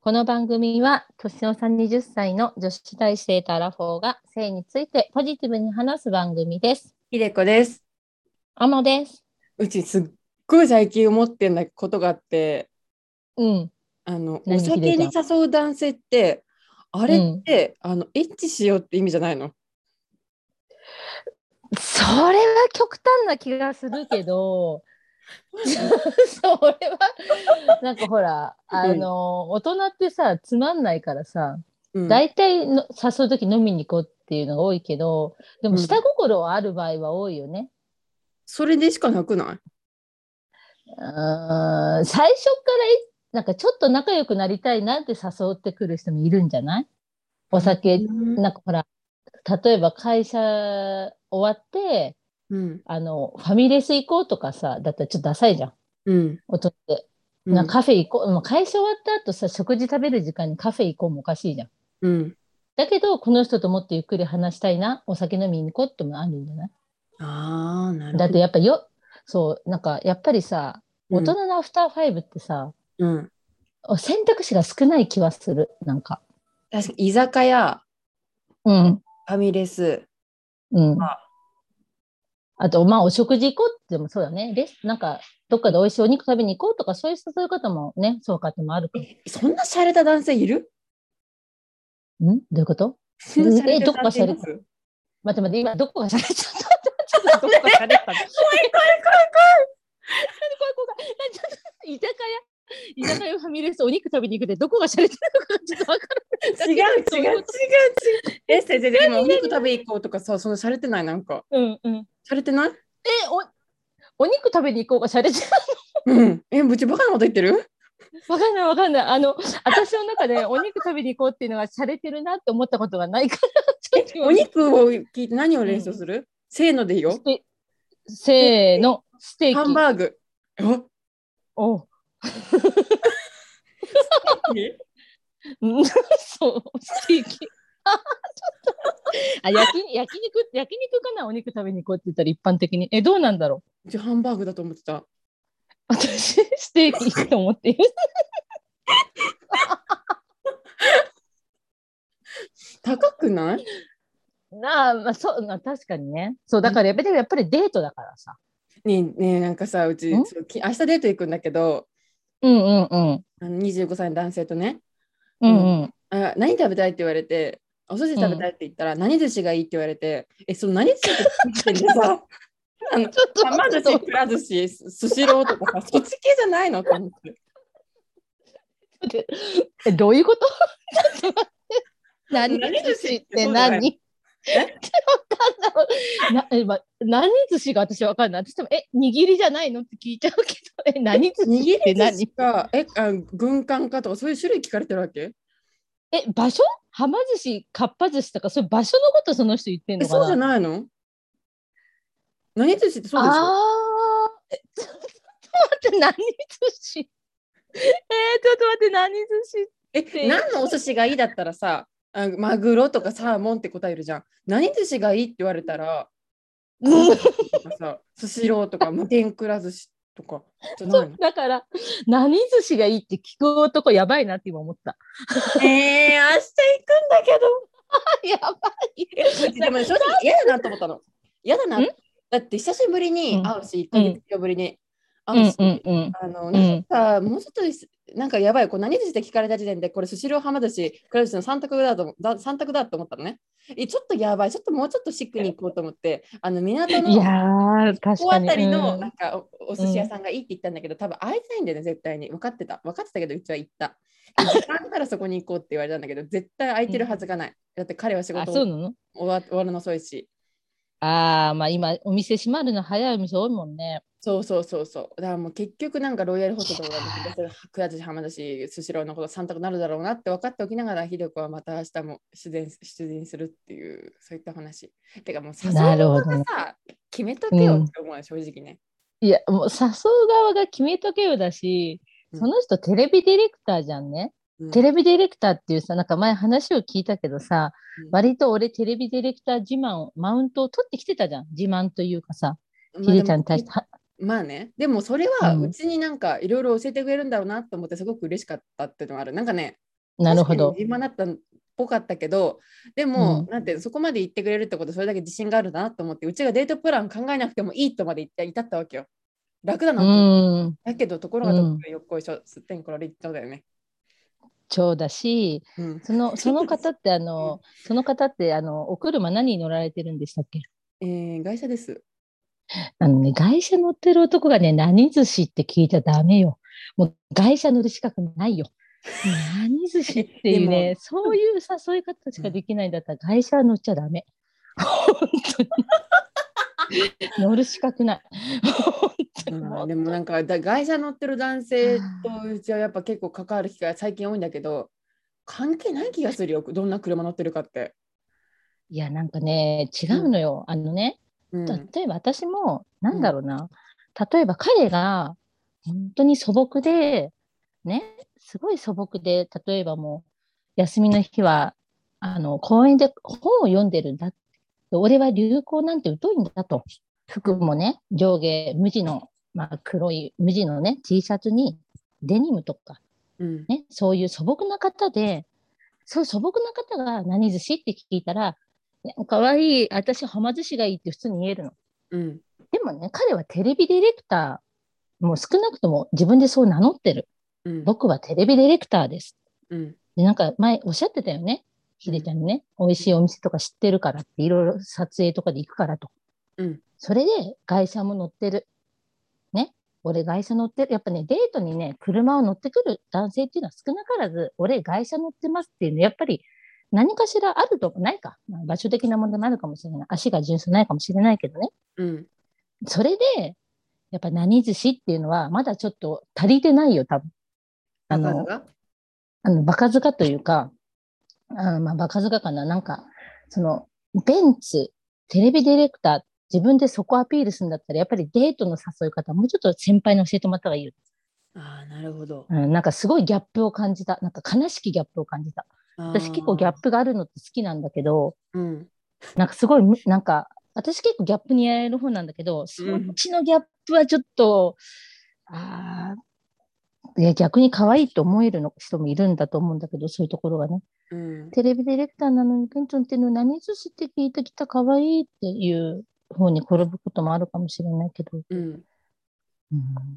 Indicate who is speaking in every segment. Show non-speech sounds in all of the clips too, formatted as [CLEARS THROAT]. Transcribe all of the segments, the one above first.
Speaker 1: この番組は年の差20歳の女子大生とアラフォーが性についてポジティブに話す番組です。
Speaker 2: ひでこです。
Speaker 1: アモです。
Speaker 2: うちすっごい最近思ってんだことがあって、
Speaker 1: うん。
Speaker 2: あの
Speaker 1: 何
Speaker 2: お
Speaker 1: ひ
Speaker 2: 酒
Speaker 1: で
Speaker 2: に
Speaker 1: ち
Speaker 2: 誘う男性って、あれって、あのエッチしようって意味じゃないの。
Speaker 1: それは極端な気がするけど、
Speaker 2: [LAUGHS]
Speaker 1: それはなんかほら、あの、大人ってさ、つまんないからさ、
Speaker 2: うん、
Speaker 1: 大体の誘う時飲みに行こうっていうのが多いけど、でも
Speaker 2: うん
Speaker 1: 下心はある場合は多いよね。
Speaker 2: それでしかなくな
Speaker 1: うーん最初からいなんかちょっと仲良くなりたいなんて誘ってくる人もいるんじゃないお酒
Speaker 2: い、
Speaker 1: なんかほら例えば会社終わって
Speaker 2: うん
Speaker 1: あのファミレス行こうとかさだったらちょっとダサいじゃん
Speaker 2: うん
Speaker 1: 大人って
Speaker 2: うん
Speaker 1: なんかカフェ行こう、もう会社終わった後さ食事食べる時間にカフェ行こうもおかしいじゃん
Speaker 2: うん、
Speaker 1: だけどこの人ともっとゆっくり話したいなお酒飲みに行こうってもあるんじゃない
Speaker 2: ああなる
Speaker 1: だ
Speaker 2: ほ
Speaker 1: って
Speaker 2: ど。
Speaker 1: やっぱよそうなんかやっぱりさ大人のアフターファイブってさ、
Speaker 2: うん、うん、
Speaker 1: 選択肢が少ない気はする、なんか。
Speaker 2: 確かに居酒屋、
Speaker 1: うん。
Speaker 2: ファミレス、
Speaker 1: うん
Speaker 2: まあ。
Speaker 1: あと、まあ、お食事行こうってもそうだね。レスなんか、どっかで美味しいお肉食べに行こうとか、そういう誘い方もね、そうかってもあるかも。
Speaker 2: そんな洒落た男性いる？
Speaker 1: んどういうこと
Speaker 2: そんな洒落た
Speaker 1: えどこが
Speaker 2: 男性い
Speaker 1: 洒
Speaker 2: ま
Speaker 1: 落
Speaker 2: す？
Speaker 1: 待って待って、今、どこがしゃれちゃったちょっ [LAUGHS] と待ってどこがしゃれたの怖い怖い怖い怖い怖い怖い怖いちょっと居酒屋、居酒屋ファミレス、お肉食べに行くで、どこがしゃれてるのかちょっとわか
Speaker 2: 違う違う
Speaker 1: [LAUGHS]
Speaker 2: 違う違う。え、先生、でもお肉食べ行こうとかさ、その洒落てないなんか、
Speaker 1: る。うんうん。
Speaker 2: 洒落てない？
Speaker 1: え、お、お肉食べに行こうがしゃれちゃう
Speaker 2: うん、え、うちバカなこと言ってる？
Speaker 1: わかんないわかんない。あの、私の中でお肉食べに行こうっていうのが洒落てるなって思ったことがないから、ちょっと今
Speaker 2: お肉を聞いて何を連想する、せーのでいいよ。
Speaker 1: せーの、ステーキ。
Speaker 2: ハンバーグ。お
Speaker 1: おう [LAUGHS] うんそう、ステーキ。あ、ちょっと。あ、焼き焼肉、焼肉かなお肉食べに行こうって言ったら一般的に。え、どうなんだろう
Speaker 2: うちハンバーグだと思ってた。
Speaker 1: 私、ステーキいいと思っている。
Speaker 2: 高くない
Speaker 1: なあ、まあ、そう、まあ、確かにね。そう、だからやっぱり、やっぱりデートだからさ。
Speaker 2: ねえねえなんかさうち
Speaker 1: ん
Speaker 2: そうき明日デート行くんだけど
Speaker 1: うんうんうん。
Speaker 2: あの25歳の男性とね
Speaker 1: うんうん。
Speaker 2: あ何食べたいって言われてお寿司食べたいって言ったら、何寿司がいいって言われてえその何寿司って言ってん
Speaker 1: [LAUGHS]
Speaker 2: のさあの
Speaker 1: ちょっと
Speaker 2: はま寿司くら寿司すスシローとかさそっち系じゃないのと思って
Speaker 1: え、どういうこと [LAUGHS] ちょっと待って何
Speaker 2: 何
Speaker 1: 寿
Speaker 2: 寿
Speaker 1: 司
Speaker 2: 司
Speaker 1: っ
Speaker 2: っててそうじゃない
Speaker 1: 何ちょっとわかんないなえま何寿司が私わかんない。私でも、え、握りじゃないのって聞いちゃうけど、え、 [LAUGHS] 何寿
Speaker 2: 握
Speaker 1: 司
Speaker 2: り
Speaker 1: って
Speaker 2: 寿
Speaker 1: 何
Speaker 2: 司かえあ軍艦かとかそういう種類聞かれてるわけ
Speaker 1: え、場所はま寿司、かっぱ寿司とか、そういう場所のことその人言ってん
Speaker 2: え
Speaker 1: のかな
Speaker 2: そうじゃないの何寿司ってそうでしょ
Speaker 1: あーえ [LAUGHS] ちょっと待って、何寿司 [LAUGHS] えーちょっと待って、何寿司
Speaker 2: え何のお寿司がいいだったらさあマグロとかサーモンって答えるじゃん何寿司がいいって言われたらとかさスシロー [LAUGHS] とか無天くら寿司とかじゃないの
Speaker 1: [LAUGHS] だから、何寿司がいいって聞く男やばいなって今思った。
Speaker 2: えー、明日
Speaker 1: や
Speaker 2: [LAUGHS]
Speaker 1: ばい。
Speaker 2: 行 [LAUGHS] くんだけどでも正直嫌だなと思ったの嫌だなだって久しぶり
Speaker 1: うん
Speaker 2: に会うし1ヶ月以上ぶりに
Speaker 1: うん
Speaker 2: 会うし、
Speaker 1: うんうん。
Speaker 2: あの
Speaker 1: ん
Speaker 2: なんかもうちょっとですなんかやばいこう何寿司って聞かれた時点でこれスシローはま寿司くら寿司の三択だと思だ三択だと思ったのねえちょっとやばいちょっともうちょっとシックに行こうと思ってあの港の
Speaker 1: いやー、確
Speaker 2: ここ
Speaker 1: か
Speaker 2: あ
Speaker 1: に。
Speaker 2: たりの
Speaker 1: うん
Speaker 2: なんかおお寿司屋さんがいいって言ったんだけど、多分会えてないんだよね絶対に分かってた分かってたけどうちは行ったで時間あったらそこに行こうって言われたんだけど絶対空いてるはずがない、だって彼は仕
Speaker 1: あ、
Speaker 2: 事
Speaker 1: そ
Speaker 2: 終
Speaker 1: うなの
Speaker 2: わ終わるの遅いし
Speaker 1: あー、まあ今、お店閉まるの早いお店多いもんね。
Speaker 2: そうそうそうそうだからもう結局なんかロイヤルホテルとかくら寿司浜田しスシローのこと三択になるだろうなって分かっておきながらひでこはまた明日も出演出演するっていうそういった話てかもう誘う
Speaker 1: なるほ
Speaker 2: 側
Speaker 1: どね
Speaker 2: がさ決めとけよって思うよ正直ね、
Speaker 1: いや、もう誘う側が決めとけよだし、
Speaker 2: うん
Speaker 1: その人テレビディレクターじゃんね。
Speaker 2: うん
Speaker 1: テレビディレクターっていうさ、なんか前話を聞いたけどさ、
Speaker 2: うん
Speaker 1: 割と俺テレビディレクター自慢を、マウントを取ってきてたじゃん。自慢というかさ、
Speaker 2: まあ
Speaker 1: ひでちゃんに対して
Speaker 2: でも
Speaker 1: は。
Speaker 2: まあね、でもそれはうちになんかいろいろ教えてくれるんだろうなと思ってすごく嬉しかったっていうのがある。なんかね、
Speaker 1: なるほど。
Speaker 2: 今なったっぽかったけど、でも、なんてそこまで言ってくれるってことそれだけ自信があるなと思って、うちがデートプラン考えなくてもいいとまで言って至ったわけよ。楽だ
Speaker 1: う
Speaker 2: なと思って
Speaker 1: ん。
Speaker 2: だけどところがどっかよっこいしょ、すってんこられちゃうだよね。
Speaker 1: そうだし、
Speaker 2: うん、
Speaker 1: その、その方って、あの、その方って、あの、お車何に乗られてるんでしたっけ
Speaker 2: えー、会社です。
Speaker 1: あのね、外車乗ってる男がね、何寿司って聞いちゃダメよ。もう外車乗る資格ないよ。何寿司っていうね、そういう誘い方しかできないんだったら、外車は乗っちゃダメ。本当に。乗る資格ない。本当にも [LAUGHS]
Speaker 2: あー
Speaker 1: う
Speaker 2: でもなんかだ外車乗ってる男性とうちはやっぱ結構関わる機会が最近多いんだけど関係ない気がするよどんな車乗ってるかって。
Speaker 1: いや、なんかね、違うのよ。あのね、
Speaker 2: うん
Speaker 1: 例えば私も、なんだろうな、例えば彼が本当に素朴で、ね、すごい素朴で、例えばもう、休みの日は、あの、公園で本を読んでるんだ。俺は流行なんて疎いんだと。服もね、上下無地の、まあ、黒い無地のね、T シャツに、デニムとか、
Speaker 2: うん
Speaker 1: ね、そういう素朴な方で、そう素朴な方が何寿司って聞いたら、いや可愛い、私、はま寿司がいいって普通に言えるの。
Speaker 2: うん
Speaker 1: でもね、彼はテレビディレクター、もう少なくとも自分でそう名乗ってる。
Speaker 2: うん
Speaker 1: 僕はテレビディレクターです。
Speaker 2: うん
Speaker 1: で、なんか前おっしゃってたよね。ひでちゃんにね、美味しいお店とか知ってるからって、いろいろ撮影とかで行くからと。
Speaker 2: うん
Speaker 1: それで、外車も乗ってる。ね。俺、外車乗ってる。やっぱね、デートにね、車を乗ってくる男性っていうのは少なからず、俺、外車乗ってますっていうの、やっぱり何かしらあると、ないか。まあ場所的な問題もあるかもしれない。足が純粋ないかもしれないけどね。
Speaker 2: うん
Speaker 1: それで、やっぱ何寿司っていうのは、まだちょっと足りてないよ、多分。あ
Speaker 2: バカ
Speaker 1: の、
Speaker 2: だが
Speaker 1: あのバカ塚というか、あまあ、バカ塚かな、なんか、その、ベンツ、テレビディレクター、自分でそこアピールするんだったら、やっぱりデートの誘い方、もうちょっと先輩に教えてもらった方がいいよ。
Speaker 2: あーなるほど。
Speaker 1: うん、なんかすごいギャップを感じた。なんか悲しきギャップを感じた。私結構ギャッ
Speaker 2: プ。
Speaker 1: プがあるのって好きなんだけど、
Speaker 2: うん
Speaker 1: なんかすごいむ、なんか、私結構ギャップにやられる方なんだけど、そっちのギャップはちょっと、ああ、いや逆に可愛いと思えるの人もいるんだと思うんだけど、そういうところがね。
Speaker 2: うん
Speaker 1: テレビディレクターなのに、ケンちゃんっていうの何寿司って聞いてきた可愛いっていう方に転ぶこともあるかもしれないけど。
Speaker 2: うん
Speaker 1: うん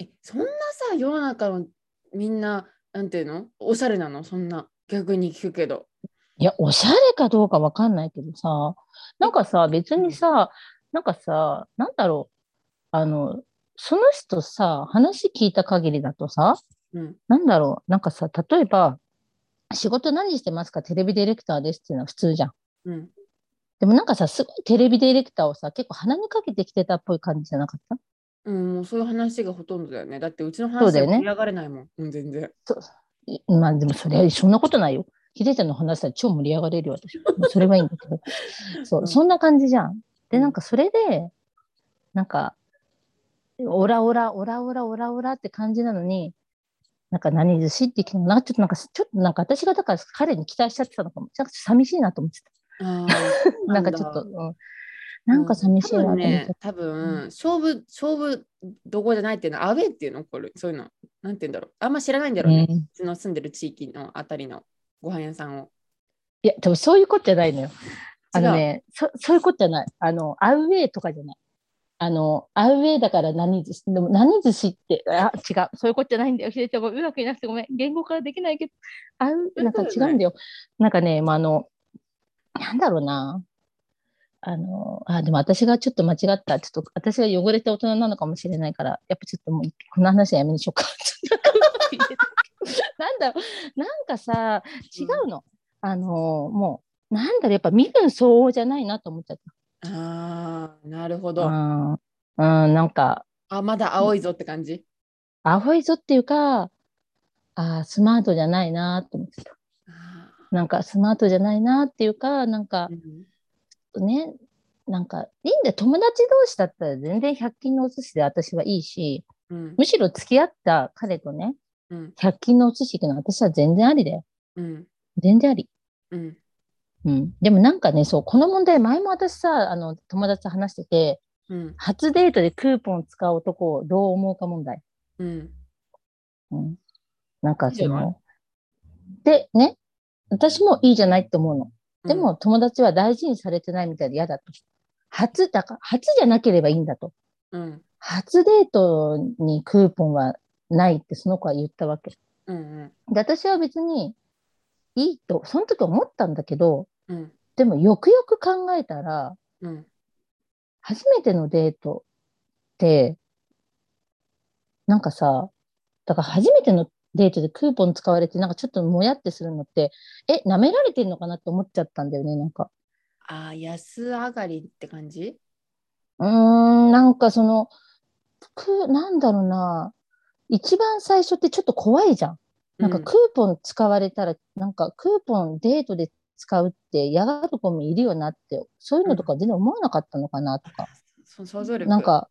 Speaker 2: えそんなさ世の中のみんななんていうのおしゃれなのそんな逆に聞くけど。
Speaker 1: いや、おしゃれかどうかわかんないけどさ、なんかさ、別にさ、なんかさ、なんだろう、あの、その人さ、話聞いた限りだとさ、
Speaker 2: うん
Speaker 1: なんだろう、なんかさ、例えば、仕事何してますかテレビディレクターですっていうのは普通じゃん。
Speaker 2: うん
Speaker 1: でもなんかさ、すごいテレビディレクターをさ、結構鼻にかけてきてたっぽい感じじゃなかった
Speaker 2: うん、もうそういう話がほとんどだよね。だってうちの
Speaker 1: そう
Speaker 2: 話
Speaker 1: だ
Speaker 2: は
Speaker 1: よね
Speaker 2: 盛り上がれないもん。うん、全然。
Speaker 1: いまあでもそれ、そんなことないよ。ひでちゃんの話は超盛り上がれるよ、私。もうそれはいいんだ [LAUGHS] けど。そうう、
Speaker 2: ん
Speaker 1: そんな感じじゃん。で、なんかそれで、なんか、オラオラ、オラオラ、オラオラって感じなのに、なんか何寿司って聞くの、なんかちょっとなんか、ちょっとなんか私がだから彼に期待しちゃってたのかも。なんか寂しいなと思ってた。
Speaker 2: あー
Speaker 1: [LAUGHS] なんかちょっと、うん、なんか寂しい
Speaker 2: 多
Speaker 1: な
Speaker 2: 分
Speaker 1: と思っ
Speaker 2: ね
Speaker 1: て。
Speaker 2: 多
Speaker 1: う
Speaker 2: 分勝負勝負どこじゃないっていうのはアウェーっていうのこれそういうのなんて言うんだろうあんま知らないんだろうね、う
Speaker 1: うん
Speaker 2: ちの住んでる地域のあたりのご飯屋さんを
Speaker 1: いや、多分そういうことじゃないのよ。あの
Speaker 2: 違う
Speaker 1: ね、そそういうことじゃない。あの、アウェイとかじゃない。あの、アウェイだから何寿司、でも何寿司って、あ、違う。そういうことじゃないんだよ。ひでちゃん、ごめんうまくいなくてごめん。言語化できないけど、アウ
Speaker 2: そう
Speaker 1: な
Speaker 2: いうん
Speaker 1: か
Speaker 2: こと
Speaker 1: 違
Speaker 2: じゃない
Speaker 1: うんだよ。なんかね、まあ、あの、なんだろうな。あの、あ、でも私がちょっと間違った。ちょっと私が汚れた大人なのかもしれないから、やっぱちょっともう、この話はやめにし
Speaker 2: [LAUGHS]
Speaker 1: ようか。なんだろう、なんかさ、違うの。あの、もう、なんだろう、やっぱ身分相応じゃないなと思っちゃっ
Speaker 2: あーなるほ
Speaker 1: た。う
Speaker 2: どあ
Speaker 1: ん、うん、なんか、
Speaker 2: まだ青いぞって感じ、
Speaker 1: アホいぞっていうか、あースマートじゃないなと思ってた。
Speaker 2: あ
Speaker 1: なんか、スマートじゃないなっていうか、なんか
Speaker 2: ー、うん
Speaker 1: ね、なんか、いいんだよ友達同士だったら全然100均のお寿司で私はいいし、
Speaker 2: うん
Speaker 1: むしろ付き合った彼とね、
Speaker 2: うん
Speaker 1: 100均のお寿司行くのは私は全然ありだよ。
Speaker 2: うん
Speaker 1: 全然あり。
Speaker 2: うん
Speaker 1: うん、でもなんかねそうこの問題前も私さあの友達と話してて
Speaker 2: うん。
Speaker 1: 初デートでクーポン使う男をどう思うか問題。
Speaker 2: うん。
Speaker 1: うん。なんか
Speaker 2: いいじ
Speaker 1: そ
Speaker 2: ゃない
Speaker 1: の。で、ね、私もいいじゃないって思うの。でも、友達は大事にされてないみたいで嫌だと。初だから、初じゃなければいいんだと。
Speaker 2: うん。
Speaker 1: 初デートにクーポンはないってその子は言ったわけ。
Speaker 2: うん。うん。
Speaker 1: で、私は別にいいと、その時思ったんだけど、
Speaker 2: うん。
Speaker 1: でもよくよく考えたら、
Speaker 2: うん。
Speaker 1: 初めてのデートって、なんかさ、だから初めてのデートでクーポン使われて、なんかちょっともやってするのって、え、舐められてんのかなって思っちゃったんだよね、なんか。
Speaker 2: ああ、安上がりって感じ
Speaker 1: うーん、なんかその、く、なんだろうな、一番最初ってちょっと怖いじゃん。なんかクーポン使われたら、なんかクーポンデートで使うって嫌がる子もいるよなって、そういうのとか全然思わなかったのかなとか。
Speaker 2: そ想像力
Speaker 1: なん、か、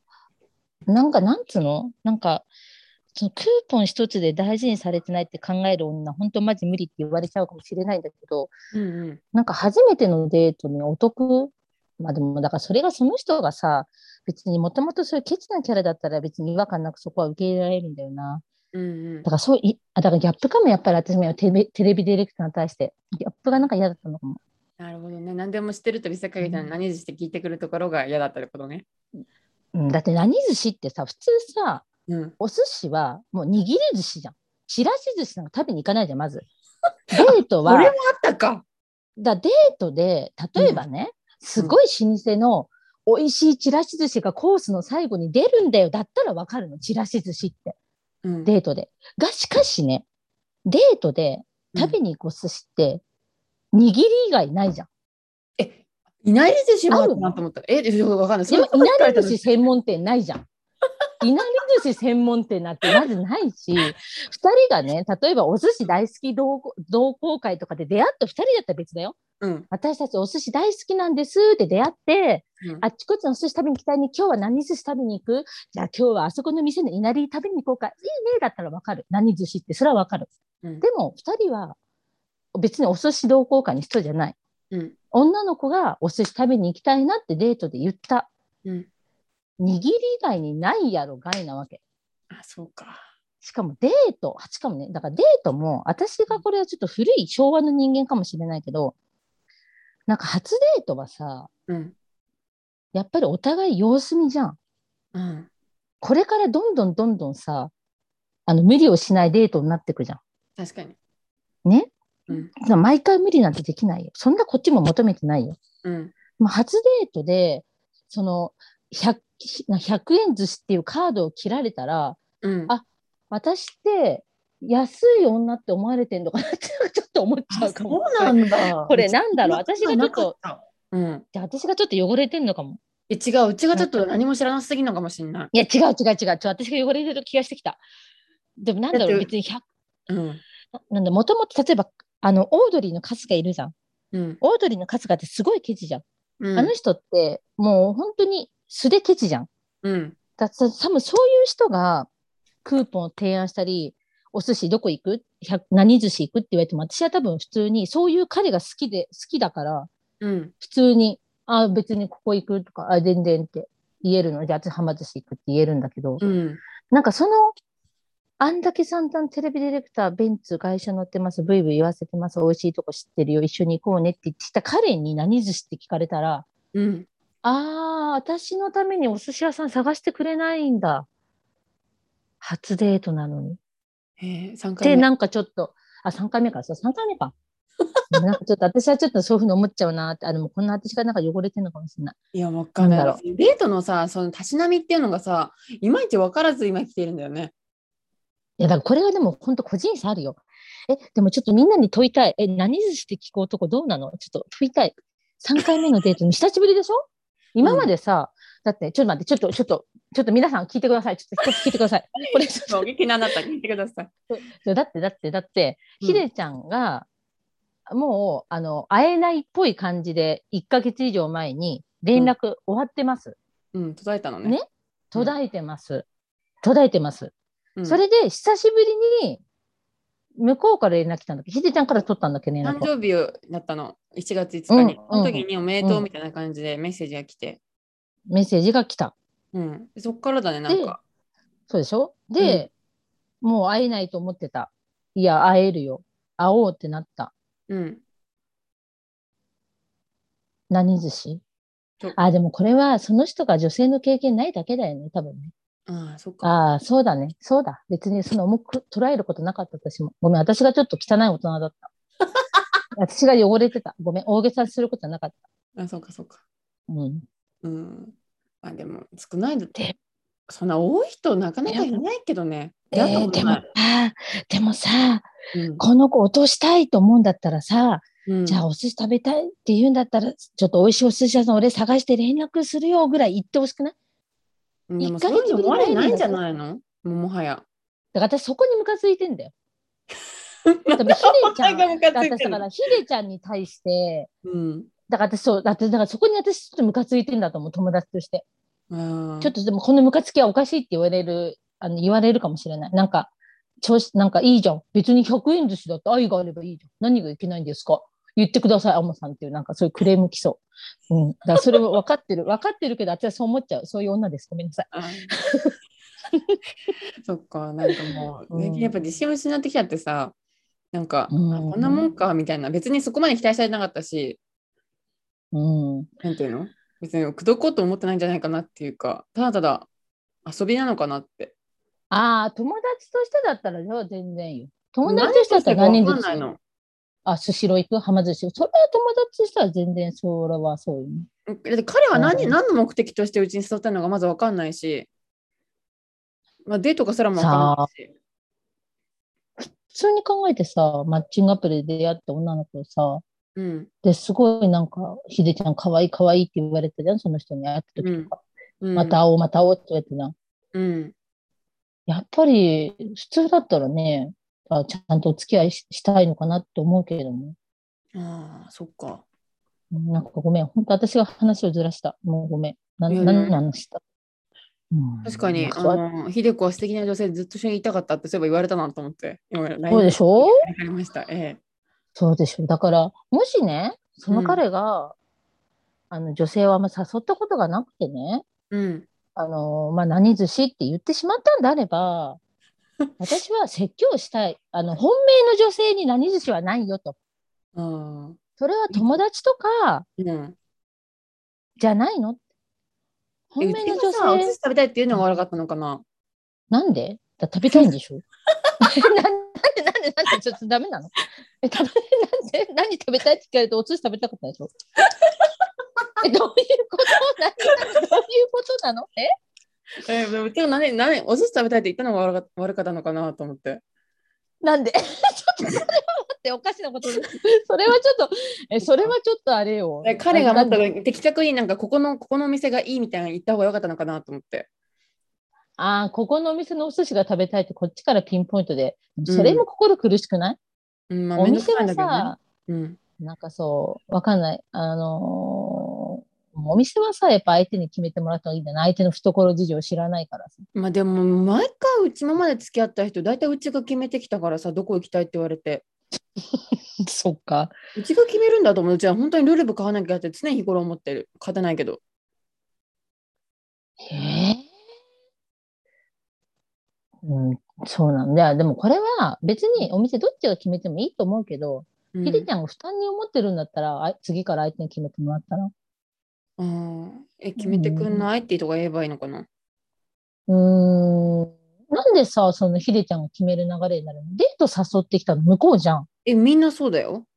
Speaker 1: なんか、なんつうのなんか、そのクーポン一つで大事にされてないって考える女、本当マジ無理って言われちゃうかもしれないんだけど、
Speaker 2: うんうん
Speaker 1: なんか初めてのデートにお得、まあでも、だからそれがその人がさ、別にもともとそういうケチなキャラだったら別に違和感なくそこは受け入れられるんだよな。
Speaker 2: うんうん
Speaker 1: だからそうい、あ、だからギャップかもやっぱり私もテレビテレビディレクターに対して、ギャップがなんか嫌だったのかも。
Speaker 2: なるほどね。何でも知ってると見せかけたら
Speaker 1: うん
Speaker 2: 何して聞いてくるところが嫌だったってことね。
Speaker 1: うん、だって何寿司ってさ、普通さ、
Speaker 2: うん。
Speaker 1: お寿司はもう握り寿司じゃん。ちらし寿司なんか食べに行かないじゃん、
Speaker 2: [LAUGHS]
Speaker 1: まず。デート
Speaker 2: これもあ
Speaker 1: は、
Speaker 2: ったか。
Speaker 1: だデートで、例えばね、すごい老舗の美味しいちらし寿司がコースの最後に出るんだよ。だったらわかるの、ちらし寿司って。
Speaker 2: うん、
Speaker 1: デートで。が、しかしね、デートで食べに行くお寿司って、握り以外ないじゃん。
Speaker 2: え、いない寿司もあった
Speaker 1: あ
Speaker 2: な
Speaker 1: る
Speaker 2: と思った。え、でもわかんない。
Speaker 1: で
Speaker 2: そ
Speaker 1: も、
Speaker 2: れ
Speaker 1: いなり
Speaker 2: と
Speaker 1: 寿司専門店ないじゃ
Speaker 2: [LAUGHS]
Speaker 1: ん。いなり寿司専門店なんてまずないし、2人がね、例えばお寿司大好き同好同好会とかで出会った2人だったら別だよ。
Speaker 2: うん。
Speaker 1: 私たちお寿司大好きなんですって出会って、
Speaker 2: うん
Speaker 1: あっちこっちのお寿司食べに行きたいね。今日は何寿司食べに行くじゃあ今日はあそこの店のいなり食べに行こうか。いいねだったらわかる。何寿司ってそれはわかる。
Speaker 2: うん
Speaker 1: でも2人は別にお寿司同好会に人じゃない。
Speaker 2: うん。
Speaker 1: 女の子がお寿司食べに行きたいなってデートで言った。
Speaker 2: うん。
Speaker 1: 握り以外にないやろがいなわけ。
Speaker 2: あ、そうか。
Speaker 1: しかもデート、あしかもね、だからデートも、私がこれはちょっと古い昭和の人間かもしれないけど、なんか初デートはさ、
Speaker 2: うん。
Speaker 1: やっぱりお互い様子見じゃん。
Speaker 2: うん。
Speaker 1: これからどんどんどんどんさ、あの無理をしないデートになってくじゃ
Speaker 2: 確かに。
Speaker 1: ん。ね
Speaker 2: うん。
Speaker 1: だから毎回無理なんてできないよ。そんなこっちも求めてないよ。
Speaker 2: うん。
Speaker 1: まあ、初デートで、その100、100円寿司っていうカードを切られたら、
Speaker 2: [LAUGHS] うん。
Speaker 1: あ私って安い女って思われてんのかなってちょっと思っちゃうかも。
Speaker 2: んだ
Speaker 1: これなんだろう私がちょっと、
Speaker 2: うん。
Speaker 1: じゃあ私がちょっと汚れてんのかも。
Speaker 2: え違う、うちがちょっと何も知らなすぎるのかもしれない。
Speaker 1: いや違う違う違う、ちょっと私が汚れてる気がしてきた。でもなんだろう
Speaker 2: だって
Speaker 1: 別に100
Speaker 2: うん。
Speaker 1: なんだもともと例えばあのオードリーの春日いるじゃん。
Speaker 2: うん。
Speaker 1: オードリーの春日ってすごいケチじゃん。
Speaker 2: うん
Speaker 1: あの人ってもう本当に素でケチじゃん。
Speaker 2: うん。
Speaker 1: だ多分そういう人がクーポンを提案したり、お寿司どこ行く100何寿司行くって言われても、私は多分普通に、そういう彼が好きで、好きだから、
Speaker 2: うん。
Speaker 1: 普通に、あ別にここ行くとか、あ全然って言えるので、私はま寿司行くって言えるんだけど、
Speaker 2: うん。
Speaker 1: なんかその、あんだけ散々テレビディレクター、ベンツ、会社乗ってます、ブイブイ言わせてます、美味しいとこ知ってるよ、一緒に行こうねって言ってきた彼に何寿司って聞かれたら、
Speaker 2: うん。
Speaker 1: ああ、私のためにお寿司屋さん探してくれないんだ。初デートなのに。
Speaker 2: えー、3
Speaker 1: で、
Speaker 2: 回目。
Speaker 1: なんかちょっと、あ、3回目か、そう、3回
Speaker 2: [LAUGHS]
Speaker 1: 目か。でもなんかちょっと私はちょっとそういうふうに思っちゃうなって、あ、でもこんな私がなんか汚れてるのかもしれない。
Speaker 2: いや、わかんな。
Speaker 1: ないんだろ
Speaker 2: デートのさ、そのたしなみっていうのがさ、いまいちわからず今来ているんだ
Speaker 1: [LAUGHS]
Speaker 2: よね。
Speaker 1: いや、だからこれはでも本当個人差あるよ。え、でもちょっとみんなに問いたい。え、何寿司って聞く男どうなのちょっと問いたい。3回目のデート、久しぶりでしょ今までさ、だって、ちょっと待って、ちょっと、ちょっと、ちょっと皆さん聞いてください。ちょっと一つ聞いてください。これ
Speaker 2: [LAUGHS]
Speaker 1: ちょっと
Speaker 2: お元気になったら聞いてください。
Speaker 1: そうだってだってだって、
Speaker 2: うん
Speaker 1: ひでちゃんがもうあの会えないっぽい感じで1ヶ月以上前に連絡終わってます、
Speaker 2: うん、途絶えたのね。
Speaker 1: ね途絶えてます、途絶えてます、
Speaker 2: うん
Speaker 1: それで久しぶりに向こうから連絡来たんだけどひでちゃんから取ったんだっけね
Speaker 2: 誕生日だったの、1月5日に。
Speaker 1: うん
Speaker 2: その時におめでと
Speaker 1: う
Speaker 2: うんみたいな感じでメッセージが来て、
Speaker 1: メッセージが来た。
Speaker 2: うん、そっからだね、なんか。
Speaker 1: そうでしょで、もう会えないと思ってた。いや、会えるよ。会おうってなった。
Speaker 2: うん。
Speaker 1: 何寿司
Speaker 2: そう
Speaker 1: あ、でもこれはその人が女性の経験ないだけだよね、多分ね。
Speaker 2: ああ、そっか。
Speaker 1: ああ、そうだね。そうだ。別にその重く捉えることなかった私も。ごめん、私がちょっと汚い大人だ
Speaker 2: [LAUGHS]
Speaker 1: った。私が汚れてた。ごめん、大げさにすることはなかっ
Speaker 2: あ、そっか、そっか。
Speaker 1: た。うん。
Speaker 2: うん。まあ、でも、少ないだ
Speaker 1: で
Speaker 2: そんな多い人、なかなかいないけどね。出会ったこと
Speaker 1: でも、
Speaker 2: な
Speaker 1: あ
Speaker 2: い
Speaker 1: あ、でもさ、
Speaker 2: うん
Speaker 1: この子落としたいと思うんだったらさ、
Speaker 2: うん
Speaker 1: じゃあお寿司食べたいって言うんだったら、ちょっと美味しいお寿司屋さん俺探して連絡するよぐらい言ってほしくない
Speaker 2: うんでも
Speaker 1: 一
Speaker 2: そ
Speaker 1: ヶ
Speaker 2: ういう
Speaker 1: 月
Speaker 2: の
Speaker 1: ぶり
Speaker 2: 思われないんじゃ
Speaker 1: ぐ
Speaker 2: ないのもうもはや。
Speaker 1: だから私そこにムカついてんだ
Speaker 2: [LAUGHS]
Speaker 1: よ。多分ヒデちゃん、
Speaker 2: お前がムカついて
Speaker 1: 私だ
Speaker 2: んの
Speaker 1: からヒデちゃんに対して、
Speaker 2: うん。
Speaker 1: だから私そう、だってだからそこに私ちょっとムカついてんだと思う、友達として。
Speaker 2: あー
Speaker 1: ちょっとでもこのムカつきはおかしいって言われる、あの言われるかもしれない。なんか、調子、なんかいいじゃん。別に100円寿司だって愛があればいいじゃん。何がいけないんですか言ってください、アモさんっていう、なんかそういうクレーム来そう。うん。だからそれは [LAUGHS] 分かってる。分かってるけど、私はそう思っちゃう。そういう女です。ごめんなさい。
Speaker 2: あーそっか、なんかもう、
Speaker 1: うん
Speaker 2: やっぱ自信を失ってきちゃってさ、なんか、
Speaker 1: うん
Speaker 2: あこんなもんかみたいな、別にそこまで期待されてなかったし、
Speaker 1: うん。
Speaker 2: なんていうの別に口説こうと思ってないんじゃないかなっていうか、ただただ遊びなのかなって。
Speaker 1: ああ、友達としてだったら、じゃあ全然よ。友達としてだったら何人
Speaker 2: わ
Speaker 1: ず
Speaker 2: かん
Speaker 1: つ
Speaker 2: ないの。
Speaker 1: あ、スシロー行く、はま寿司。それは友達としては全然、それはそうよね。
Speaker 2: だって彼は何,、
Speaker 1: うん
Speaker 2: 何の目的としてうちに座ったのかまず分かんないし、まあ、デートかすらも分かんないし。
Speaker 1: 普通に考えてさ、マッチングアプリで出会った女の子をさ、
Speaker 2: うん
Speaker 1: ですごいなんか、ひでちゃん可愛い可愛いって言われてたじゃん、その人に会った
Speaker 2: う
Speaker 1: 時
Speaker 2: ん
Speaker 1: とか。
Speaker 2: うん、
Speaker 1: また会おう、また会おうって言われてたじゃん。
Speaker 2: うん、
Speaker 1: やっぱり、普通だったらね、あちゃんとお付き合いししたいのかなって思うけれども。
Speaker 2: ああ、そっか。
Speaker 1: うんなんかごめん、本当私が話をずらした。もうごめん。ない
Speaker 2: やいや
Speaker 1: 何の話した、うん
Speaker 2: 確かに、
Speaker 1: そ
Speaker 2: あ
Speaker 1: う
Speaker 2: の、ひでこは素敵な女性でずっと一緒にいたかったってそういえば言われたなと思って、今、LINE
Speaker 1: そうでしょ
Speaker 2: わかりました。ええ。
Speaker 1: そうでしょ。だから、もしね、その彼が、あの、女性はあんま誘ったことがなくてね、
Speaker 2: うん。
Speaker 1: あの、まあ、何寿司って言ってしまったんであれ
Speaker 2: [LAUGHS]
Speaker 1: ば、私は説教したい。あの、本命の女性に何寿司はないよと。
Speaker 2: ああ。
Speaker 1: それは友達とか
Speaker 2: うん。
Speaker 1: じゃないの本
Speaker 2: えう
Speaker 1: 命
Speaker 2: ち
Speaker 1: の
Speaker 2: が
Speaker 1: 女
Speaker 2: さ、お寿司
Speaker 1: 性、
Speaker 2: 食べたいっていうのが悪かったのかな。
Speaker 1: なんでだ食べたいんでしょ [LAUGHS] なんでなんでなんでなんでちょっとダメなのえ食べなんで何食べたいって聞かれてお寿司食べたかったでしょ [LAUGHS] えどういうこと何何どういうことなのえ
Speaker 2: ええ、でもうちが何、何、お寿司食べたいって言ったのが悪か悪かったのかなと思って。
Speaker 1: なんで [LAUGHS] ちょっとそれは待っておかしなことです。それはちょっと、えそれはちょっとあれよ
Speaker 2: え。彼がもっと
Speaker 1: あ
Speaker 2: 的確になんかここのここのお店がいいみたいなの言った方が良かったのかなと思って。
Speaker 1: あー、ここのお店のお寿司が食べたいってこっちからピンポイントで、
Speaker 2: ん
Speaker 1: それも心苦しくない、
Speaker 2: うん、まあ
Speaker 1: お
Speaker 2: 面倒
Speaker 1: 店
Speaker 2: くさいん
Speaker 1: は
Speaker 2: だけどね。
Speaker 1: さ、
Speaker 2: うん、
Speaker 1: なんかそう、わかんない。あのーお店はさ、やっぱ相手に決めてもらった方がいいんだな。相手の懐事情を知らないからさ。
Speaker 2: まあでも毎回うち今まで付き合った人大体うちが決めてきたからさどこ行きたいって言われて
Speaker 1: そっか。
Speaker 2: うちが決めるんだと思ううちは本当にルールブ買わなきゃって常日頃思ってる勝てないけど
Speaker 1: へえ。うん、そうなんだ。でもこれは別にお店どっちが決めてもいいと思うけど、
Speaker 2: うん
Speaker 1: ひでちゃんが負担に思ってるんだったら、あ次から相手に決めてもらったら。
Speaker 2: うんえ決めてくんないっていう人が言えばいいのかな
Speaker 1: うーん。なんでさ、そのひでちゃんが決める流れになるのデート誘ってきたの向こうじゃん。
Speaker 2: えみんなそうだよ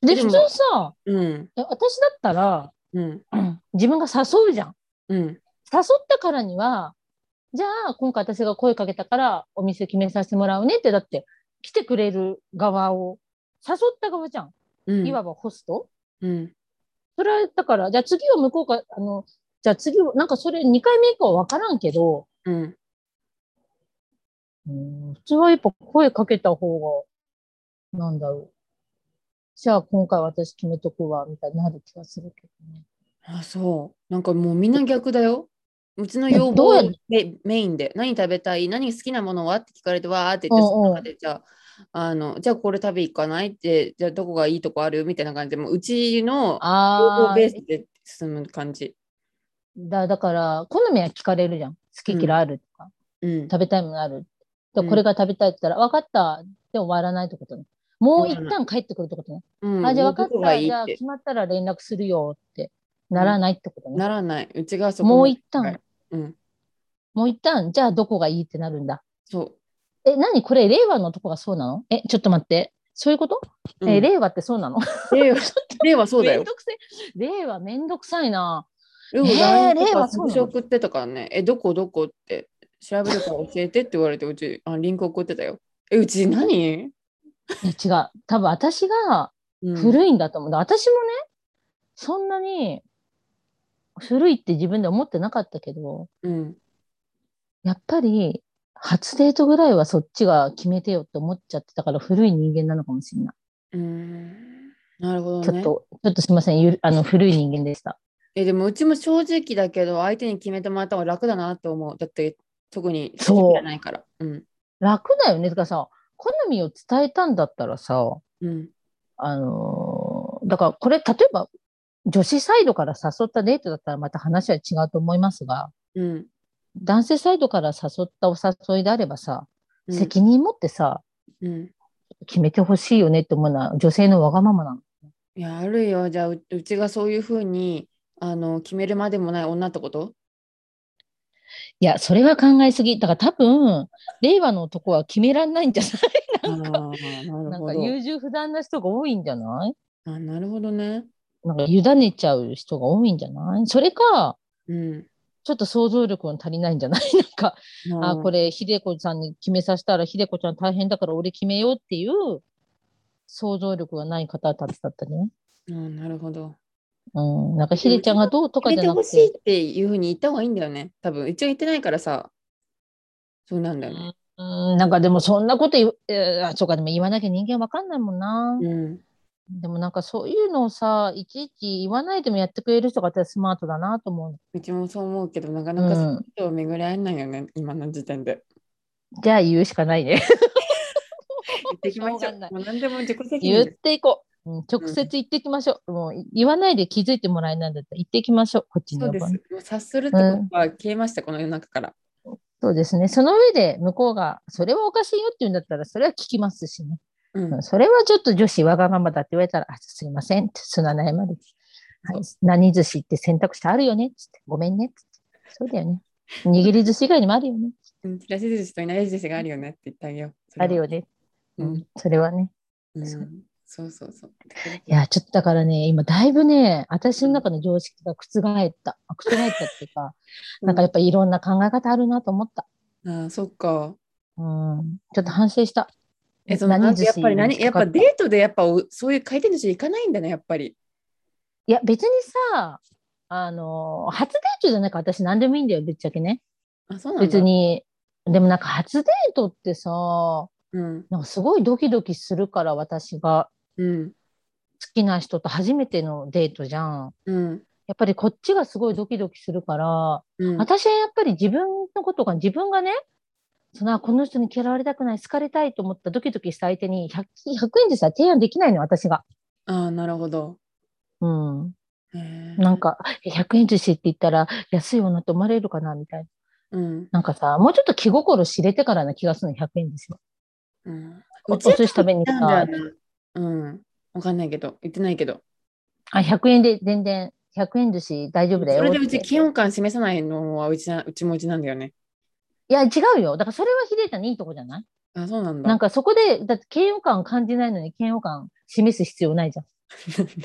Speaker 1: で、
Speaker 2: で
Speaker 1: 普
Speaker 2: も
Speaker 1: 通さ、
Speaker 2: うん
Speaker 1: え私だったら、 [CLEARS THROAT]
Speaker 2: うん
Speaker 1: 自分が誘うじゃん。
Speaker 2: うん
Speaker 1: 誘ったからには、じゃあ今回私が声かけたからお店決めさせてもらうねって、だって来てくれる側を、誘った側じゃん。
Speaker 2: うん
Speaker 1: いわばホスト。
Speaker 2: うん
Speaker 1: それはだから、じゃあ次は向こうか、あの、じゃあ次は、なんかそれ2回目以降は分からんけど、
Speaker 2: うん
Speaker 1: うん普通はやっぱ声かけた方が、なんだろう。じゃあ今回私決めとくわ、みたいになる気がするけどね。
Speaker 2: あそうなんかもうみんな逆だようちの要
Speaker 1: どう
Speaker 2: 望
Speaker 1: や
Speaker 2: をメメインで何食べたい何好きなものはって聞かれてわーって言って
Speaker 1: うんうん
Speaker 2: その中でじゃああのじゃあこれ食べ行かないってじゃあどこがいいとこあるみたいな感じでもううちの要
Speaker 1: あ
Speaker 2: 望ベースで進む感じ
Speaker 1: だだから、好みは聞かれるじゃん。好き嫌いあるとか、
Speaker 2: うん。
Speaker 1: 食べたいものある。で
Speaker 2: うん
Speaker 1: これが食べたいって言ったら、分かった。で終わらないってことね。もう
Speaker 2: 終わ
Speaker 1: 一
Speaker 2: ら
Speaker 1: 旦帰ってくるってことね。
Speaker 2: うん
Speaker 1: あ、じゃあ分か
Speaker 2: ど
Speaker 1: っ
Speaker 2: こが
Speaker 1: た。
Speaker 2: いい
Speaker 1: じゃ
Speaker 2: っ
Speaker 1: あ
Speaker 2: て
Speaker 1: 決まったら連絡するよってならないってことね。
Speaker 2: ならない。うちがそこ
Speaker 1: もう
Speaker 2: まで
Speaker 1: 一旦、
Speaker 2: はいうん。
Speaker 1: もう一旦、じゃあどこがいいってなるんだ。
Speaker 2: そ
Speaker 1: え、何これ、令和のとこがそうなのえ、ちょっと待って。そういうこと、
Speaker 2: う。うん
Speaker 1: え、令和ってそうなの
Speaker 2: 令和、令和そうだ
Speaker 1: めん
Speaker 2: よ。
Speaker 1: どくせえ令和めんどくさいな。
Speaker 2: 令
Speaker 1: えー
Speaker 2: 和、令
Speaker 1: 令
Speaker 2: 和、
Speaker 1: 和そうなの
Speaker 2: 私送ってたからね。え、どこどこって調べるから教えてって言われて、うち、あリンク送ってたよ。え、うち何、
Speaker 1: いや、違う。多分私が
Speaker 2: うん、
Speaker 1: 古いんだと思う。私もね、そんなに古いって自分で思ってなかったけど、
Speaker 2: うん。
Speaker 1: やっぱり初デートぐらいはそっちが決めてよって思っちゃってたから古い人間なのかもしれない。
Speaker 2: うーん。なるほ
Speaker 1: ちょ
Speaker 2: ど
Speaker 1: っ
Speaker 2: ね。
Speaker 1: と、ちょっとすみません。ゆるあの古い人間でした。
Speaker 2: え、でもうちも正直だけど、相手に決めてもらった方が楽だなと思う。だって、特に
Speaker 1: そう
Speaker 2: 好きじゃないから。うん。
Speaker 1: 楽だよね。てかさ、好みを伝えたんだったらさ、
Speaker 2: うん。
Speaker 1: あのーだからこれ、例えば、女子サイドから誘ったデートだったらまた話は違うと思いますが、
Speaker 2: うん。
Speaker 1: 男性サイドから誘ったお誘いであればさ、
Speaker 2: うん
Speaker 1: 責任持ってさ、
Speaker 2: うん。
Speaker 1: 決めてほしいよねって思うのは女性のわがままなの。
Speaker 2: いや、あるよ。じゃあ、ううちがそういうふうに、あの、決めるまでもない女ってこと
Speaker 1: いや、それは考えすぎ。だから多分、令和の男は決めらんないんじゃ
Speaker 2: ああ
Speaker 1: ないなんか、
Speaker 2: ー、なる
Speaker 1: なん
Speaker 2: ほ
Speaker 1: か
Speaker 2: ど。
Speaker 1: 優柔不断な人が多いんじゃない
Speaker 2: あなるほどね。
Speaker 1: なんか委ねちゃう人が多いんじゃないそれか、
Speaker 2: うん。
Speaker 1: ちょっと想像力の足りないんじゃ [LAUGHS] ないなんか、あ、こ
Speaker 2: れ。
Speaker 1: れ、ひでこさんに決めさせたら、ひでこちゃん大変だから俺決めようっていう想像力がない方たちだったね。
Speaker 2: あなるほど。
Speaker 1: うん。なんか、ひでちゃんがどうとか
Speaker 2: 決
Speaker 1: じ
Speaker 2: め
Speaker 1: ゃな
Speaker 2: てほ
Speaker 1: く
Speaker 2: しい
Speaker 1: て
Speaker 2: っ。ていうふうに言った方がいいんだよね。多分、うちは言ってないからさ。そうなんだよね。
Speaker 1: うん、なんかでもそんなこと言う、えーあそうか、でも言わなきゃ人間わかんないもんな。
Speaker 2: うん。
Speaker 1: でもなんかそういうのをさ、いちいち言わないでもやってくれる人が私はスマートだなと思
Speaker 2: うちもそう思うけど、なか
Speaker 1: う。
Speaker 2: なかそうの
Speaker 1: ん。
Speaker 2: 人を巡り合えないよね、今の時点で。
Speaker 1: じゃあ言うしかないね。
Speaker 2: 言ってきましょう。
Speaker 1: しょうがない
Speaker 2: もう何でも自己責
Speaker 1: 言
Speaker 2: 任
Speaker 1: っ
Speaker 2: です。
Speaker 1: ていこう。うん、直接言っていきましょう。もう言わないで気づいてもらえないんだったら言っていきましょう。こっちに
Speaker 2: そうです。もう察するってことは消えました、この世の中から。
Speaker 1: そうですね。その上で向こうが、それはおかしいよって言うんだったら、それは聞きますしね。
Speaker 2: うん
Speaker 1: うんそれはちょっと女子わがままだって言われたら、あすいませんって、そんな悩まれて、はい、何寿司って選択肢あるよねっつって、ごめんねっつって。そうだよね。握り寿司以外にもあるよね。
Speaker 2: うん。ちらし寿司といなり寿司があるよねって言ってあげよう。それ
Speaker 1: あ
Speaker 2: は
Speaker 1: る。よね。
Speaker 2: う
Speaker 1: うんん、それはね。
Speaker 2: うん
Speaker 1: そう
Speaker 2: そうそうそう。
Speaker 1: いや、ちょっとだからね、今だいぶね、私の中の常識が覆った。あ覆ったっていうか、
Speaker 2: [LAUGHS]
Speaker 1: なんかやっぱいろんな考え方あるなと思った。
Speaker 2: あーそっか。
Speaker 1: うん、ちょっと反省した。
Speaker 2: え、そのなんやっぱり何、
Speaker 1: に引
Speaker 2: や
Speaker 1: っ
Speaker 2: っ
Speaker 1: かかた
Speaker 2: ぱデートでやっぱおそういう回転寿司行かないんだね、やっぱり。
Speaker 1: いや、別にさ、あの、初デートじゃないから私何でもいいんだよ、ぶっちゃけね。
Speaker 2: あ、そうなんだ。
Speaker 1: 別に。でもなんか初デートってさ、
Speaker 2: うん。
Speaker 1: なんかすごいドキドキするから私が
Speaker 2: うん。
Speaker 1: 好きな人と初めてのデートじゃん。
Speaker 2: うん。
Speaker 1: やっぱりこっちがすごいドキドキするから、
Speaker 2: うん。
Speaker 1: 私はやっぱり自分のことが、自分がね、そのあこの人に嫌われたくない、好かれたいと思ったドキドキした相手に 100, 100円でさ、提案できないのよ、私が。
Speaker 2: あーなるほど。
Speaker 1: うん。
Speaker 2: へー
Speaker 1: なん、か、え100円寿司って言ったら安い女と思われるかな、みたいな。
Speaker 2: うん。
Speaker 1: なんかさ、もうちょっと気心知れてからな気がするの100円ですよ。
Speaker 2: うん。
Speaker 1: お寿司食べに行った
Speaker 2: なんだよねうん。わかんないけど、言ってないけど。
Speaker 1: あ、100円で全然、100円寿司大丈
Speaker 2: そ
Speaker 1: 夫だよ
Speaker 2: れ
Speaker 1: って。
Speaker 2: でうち嫌悪感示さないのはうちなうちもうちなんだよね。
Speaker 1: いや、違うよ。だからそれはひでちゃんのいいとこじゃない
Speaker 2: あ、そうなんだ。 [LAUGHS]
Speaker 1: なんかそこで、だって嫌悪感感じないのに嫌悪感示す必要ないじゃん。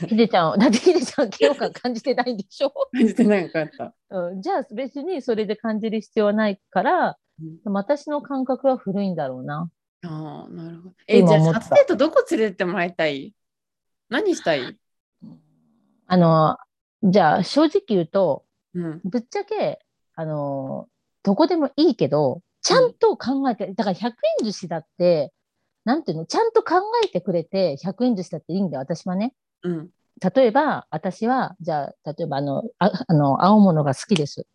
Speaker 1: ひでちゃんは、だってひでちゃんは嫌悪感感じてないんでしょ、 [LAUGHS]
Speaker 2: 感じてなかった。
Speaker 1: うん、じゃあ別にそれで感じる必要はないから、でも私の感覚は古いんだろうな。
Speaker 2: ああ、なるほど。え、じ
Speaker 1: 今
Speaker 2: ゃ
Speaker 1: 思
Speaker 2: あ、
Speaker 1: った
Speaker 2: 初デートどこ連れてってもらいたい何したい
Speaker 1: あの、じゃあ正直言うと、
Speaker 2: うん。
Speaker 1: ぶっちゃけ、あのーどこでもいいけど、ちゃんと考えて、だから100円寿司だって、なんていうの、ちゃんと考えてくれて、100円寿司だっていいんだよ、私はね。
Speaker 2: うん。
Speaker 1: 例えば、私は、じゃあ、例えば、あの、ああの、青物が好きです。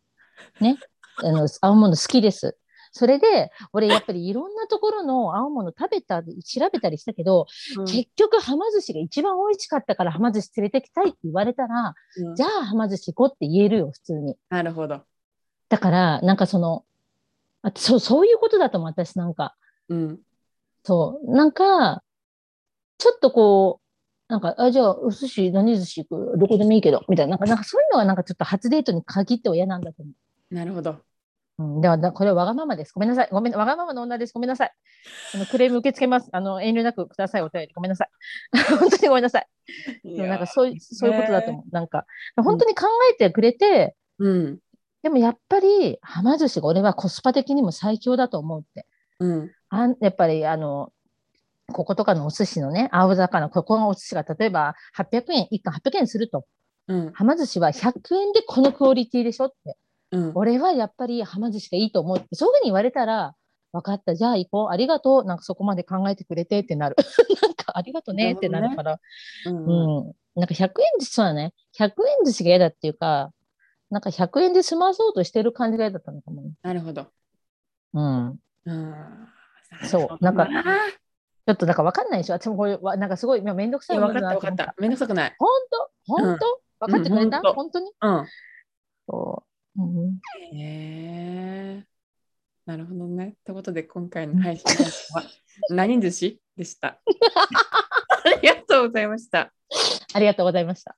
Speaker 1: ね。あの、青物好きです。それで、俺やっぱりいろんなところの青物食べたり、調べたりしたけど、
Speaker 2: うん
Speaker 1: 結局、はま寿司が一番美味しかったから、はま寿司連れてきたいって言われたら、
Speaker 2: うん
Speaker 1: じゃあ、はま寿司行こうって言えるよ、普通に。
Speaker 2: なるほど。
Speaker 1: だから、なんかその、あそう、そういうことだと思う、私なんか。
Speaker 2: うん。
Speaker 1: そう。なんか、ちょっとこう、なんか、あ、じゃあ、お寿司、何寿司行くどこでもいいけど、みたいな。なんか、なんかそういうのはなんかちょっと初デートに限っては嫌なんだと思う。
Speaker 2: なるほど。
Speaker 1: うん、だからだこれはわがままです。ごめんなさい。ごめん、わがままの女です。ごめんなさい。あのクレーム受け付けます。あの遠慮なくください。お便り。ごめんなさい。 [LAUGHS] 本当にごめんなさい。でもなんかそういうそういうことだと思う。なんか本当に考えてくれて、
Speaker 2: うん。
Speaker 1: でもやっぱりはま寿司が俺はコスパ的にも最強だと思うって。
Speaker 2: うん。
Speaker 1: あんやっぱりあのこことかのお寿司のね、青魚、ここのお寿司が例えば800円、1貫800円すると、
Speaker 2: うん。
Speaker 1: はま寿司は100円でこのクオリティでしょって。
Speaker 2: うん。
Speaker 1: 俺はやっぱりはま寿司がいいと思うってそういうふうに言われたら分かったじゃあ行こうありがとうなんかそこまで考えてくれてってなる [LAUGHS] なんかありがとうねってなるから
Speaker 2: うん
Speaker 1: うん、なんか100円寿司そうだね100円寿司が嫌だっていうかなんか100円で済まそうとしてる感じが嫌だったのかもね、
Speaker 2: なるほど。
Speaker 1: うん、
Speaker 2: うん。
Speaker 1: そうなんかちょっとなんか分かんないでしょ私もこれわなんかすごい今めんどくさい
Speaker 2: 分かった
Speaker 1: 分
Speaker 2: 分かった。めんどくさくない。
Speaker 1: 本当本当、
Speaker 2: うん
Speaker 1: 分かってくれた、
Speaker 2: うんほ
Speaker 1: 本
Speaker 2: んと
Speaker 1: 当に
Speaker 2: うん。
Speaker 1: そう、うん、
Speaker 2: へえ。なるほどね。ということで、今回の配信は何寿司でした。ありがとうございました。
Speaker 1: ありがとうございました